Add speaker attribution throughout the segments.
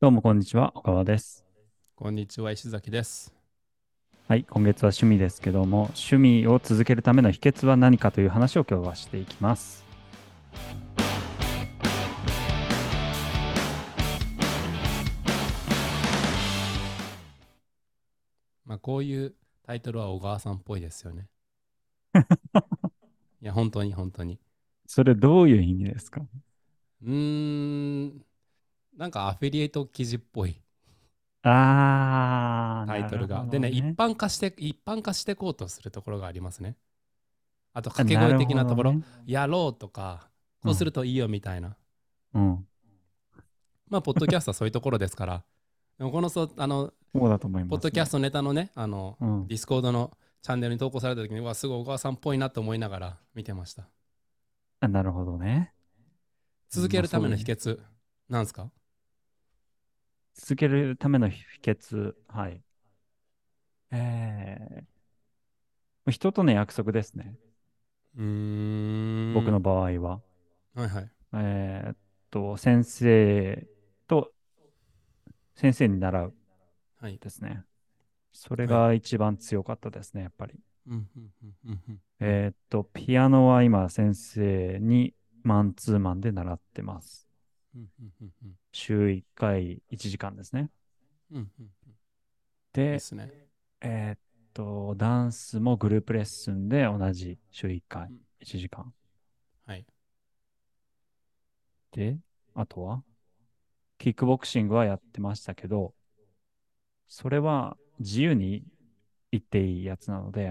Speaker 1: どうもこんにちは、岡川です。
Speaker 2: こんにちは、石崎です。
Speaker 1: はい、今月は趣味ですけども、趣味を続けるための秘訣は何かという話を今日はしていきます。
Speaker 2: まあ、こういうタイトルは小川さんっぽいですよ ね。いや、本当に本当に。
Speaker 1: それどういう意味ですか
Speaker 2: うーん、なんかアフィリエイト記事っぽい
Speaker 1: あー、
Speaker 2: タイトルが。
Speaker 1: なるほど
Speaker 2: でね、一般化して、一般化していこうとするところがありますね。あと、掛け声的なところ、
Speaker 1: るほ
Speaker 2: やろうとか、こうするといいよみたいな。
Speaker 1: どねうん。
Speaker 2: まあ、ポッドキャストはそういうところですから、でもこのそあの、
Speaker 1: そうだと思います、
Speaker 2: ポッドキャス
Speaker 1: ト。
Speaker 2: トネタのね、あの、
Speaker 1: うん、
Speaker 2: ディスコードのチャンネルに投稿された時に、うわ、すごい小川さんっぽいなと思いながら見てました。
Speaker 1: あなるほどね。
Speaker 2: 続けるための秘
Speaker 1: まあそうね
Speaker 2: 訣なんですか
Speaker 1: 続けるための秘訣。はい。えー、人との約束ですね。
Speaker 2: うーん
Speaker 1: 僕の場合は。
Speaker 2: はいはい
Speaker 1: えーっと、先生と、先生に習う
Speaker 2: はい
Speaker 1: ですね。それが一番強かったですね、やっぱり。
Speaker 2: うんうんうんうんうん
Speaker 1: えーっと、ピアノは今、先生にマンツーマンで習ってます。
Speaker 2: うんうんうんうん
Speaker 1: 週1回1時間ですね。
Speaker 2: うんうんで
Speaker 1: で、
Speaker 2: すね
Speaker 1: えーっと、ダンスもグループレッスンで同じ週1回
Speaker 2: うん
Speaker 1: 1時間。
Speaker 2: はい
Speaker 1: で、あとは、キックボクシングはやってましたけど、それは自由に行っていいやつなので、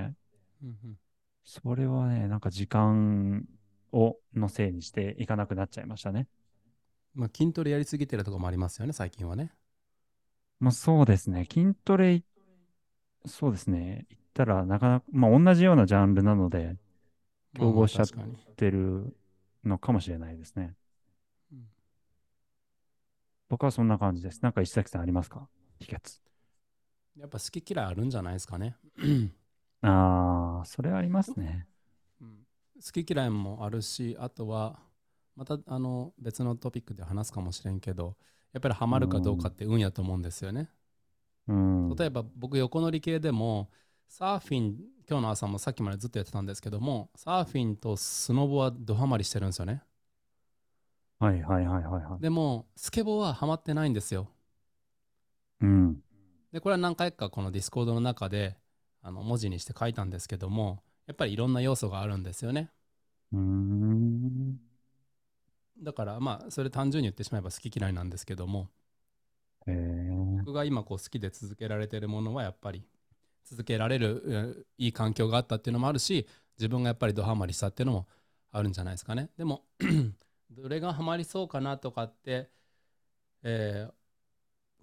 Speaker 2: うんうん
Speaker 1: それはね、なんか時間をのせいにしていかなくなっちゃいましたね。
Speaker 2: まあ筋トレやりすぎてるとこもありますよね最近はね
Speaker 1: まあそうですね、筋トレい、そうですね、行ったらなかなか、まあ同じようなジャンルなので、
Speaker 2: まあ
Speaker 1: 競合しちゃっ
Speaker 2: 確かに
Speaker 1: 出るのかもしれないですね。
Speaker 2: うん
Speaker 1: 僕はそんな感じです。なんか石崎さんありますか秘訣。
Speaker 2: やっぱ好き嫌いあるんじゃないですかね
Speaker 1: ああ、それありますね。
Speaker 2: うん好き嫌いもあるしあとはまたあの別のトピックで話すかもしれんけどやっぱりハマるかどうかって運やと思うんですよね
Speaker 1: うん。
Speaker 2: 例えば僕横乗り系でもサーフィン今日の朝もさっきまでずっとやってたんですけどもサーフィンとスノボはドハマりしてるんですよね
Speaker 1: はいはいはいはいはい。
Speaker 2: でもスケボーはハマってないんですよ
Speaker 1: うん。
Speaker 2: でこれは何回かこのディスコードの中であの文字にして書いたんですけどもやっぱりいろんな要素があるんですよね
Speaker 1: うーん。
Speaker 2: だからまあそれ単純に言ってしまえば好き嫌いなんですけども
Speaker 1: えー、
Speaker 2: 僕が今こう好きで続けられてるものはやっぱり続けられるうんいい環境があったっていうのもあるし自分がやっぱりドハマりしたっていうのもあるんじゃないですかねでも どれがハマりそうかなとかって、えー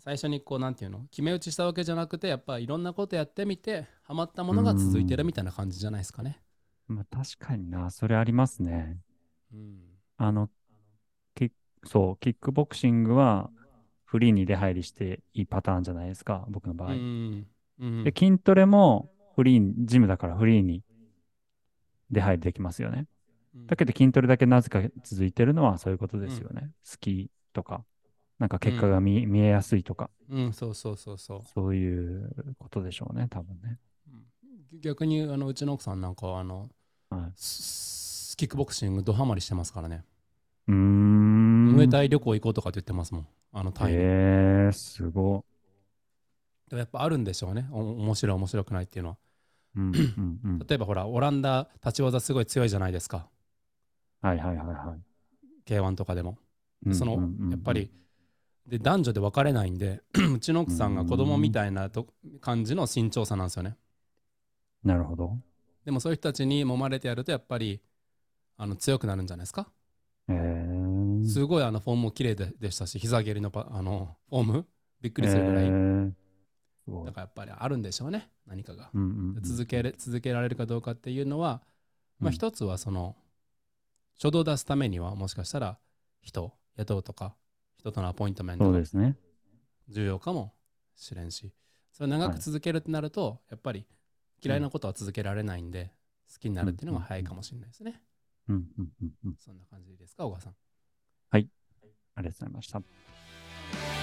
Speaker 2: 最初にこうなんていうの決め打ちしたわけじゃなくてやっぱいろんなことやってみてハマったものが続いてるみたいな感じじゃないですかね
Speaker 1: まあ確かにな、それありますね。
Speaker 2: うん
Speaker 1: あの、キそう、キックボクシングはフリーに出入りしていいパターンじゃないですか、僕の場合。
Speaker 2: うんうん
Speaker 1: で、筋トレもフリーに、ジムだからフリーに出入りできますよね。だけど筋トレだけなぜか続いてるのはそういうことですよね。好きとか、なんか結果が見,、見えやすいとか、
Speaker 2: うんそうそうそうそう
Speaker 1: そういうことでしょうね、多分ね。
Speaker 2: うん逆にあのうちの奥さんなんかはあの、
Speaker 1: はい
Speaker 2: スキックボクシングドハマりしてますからね、
Speaker 1: うーん。
Speaker 2: ムエタイ旅行行こうとかって言ってますもんあのタイに、
Speaker 1: ええー、すご
Speaker 2: でもやっぱあるんでしょうねお面白い面白くないっていうのは
Speaker 1: っ。うんうん うん。
Speaker 2: 例えばほらオランダ立ち技すごい強いじゃないですか
Speaker 1: はいはいはいはい。
Speaker 2: k 1とかでも
Speaker 1: うん
Speaker 2: その、
Speaker 1: うんうんうん
Speaker 2: やっぱりで男女で分かれないんで うちの奥さんが子供みたいなと感じの身長差なんですよね
Speaker 1: なるほど。
Speaker 2: でもそういう人たちに揉まれてやるとやっぱりあの強くなるんじゃないですか
Speaker 1: えー、
Speaker 2: すごいあのフォームも綺麗ででしたし、膝蹴りのパあのフォーム、びっくりするぐらい、
Speaker 1: えーすごい
Speaker 2: だからやっぱりあるんでしょうね、何かが。
Speaker 1: うんうんうん
Speaker 2: 続けれ続けられるかどうかっていうのは、
Speaker 1: う
Speaker 2: まあ、
Speaker 1: ん
Speaker 2: 一つはその、初動を出すためには、もしかしたら人を雇うとか、人とのアポイントメン
Speaker 1: そ
Speaker 2: ト
Speaker 1: う
Speaker 2: が
Speaker 1: ですね。
Speaker 2: 重要かもしれんし、それを長
Speaker 1: は
Speaker 2: く
Speaker 1: い
Speaker 2: 続けるってなると、やっぱり嫌いなことは続けられないんで、好きになるっていうのが早いかもしれないですね。
Speaker 1: うんうんうんうん。
Speaker 2: そんな感じですか、小川さん。
Speaker 1: ありがとうございました。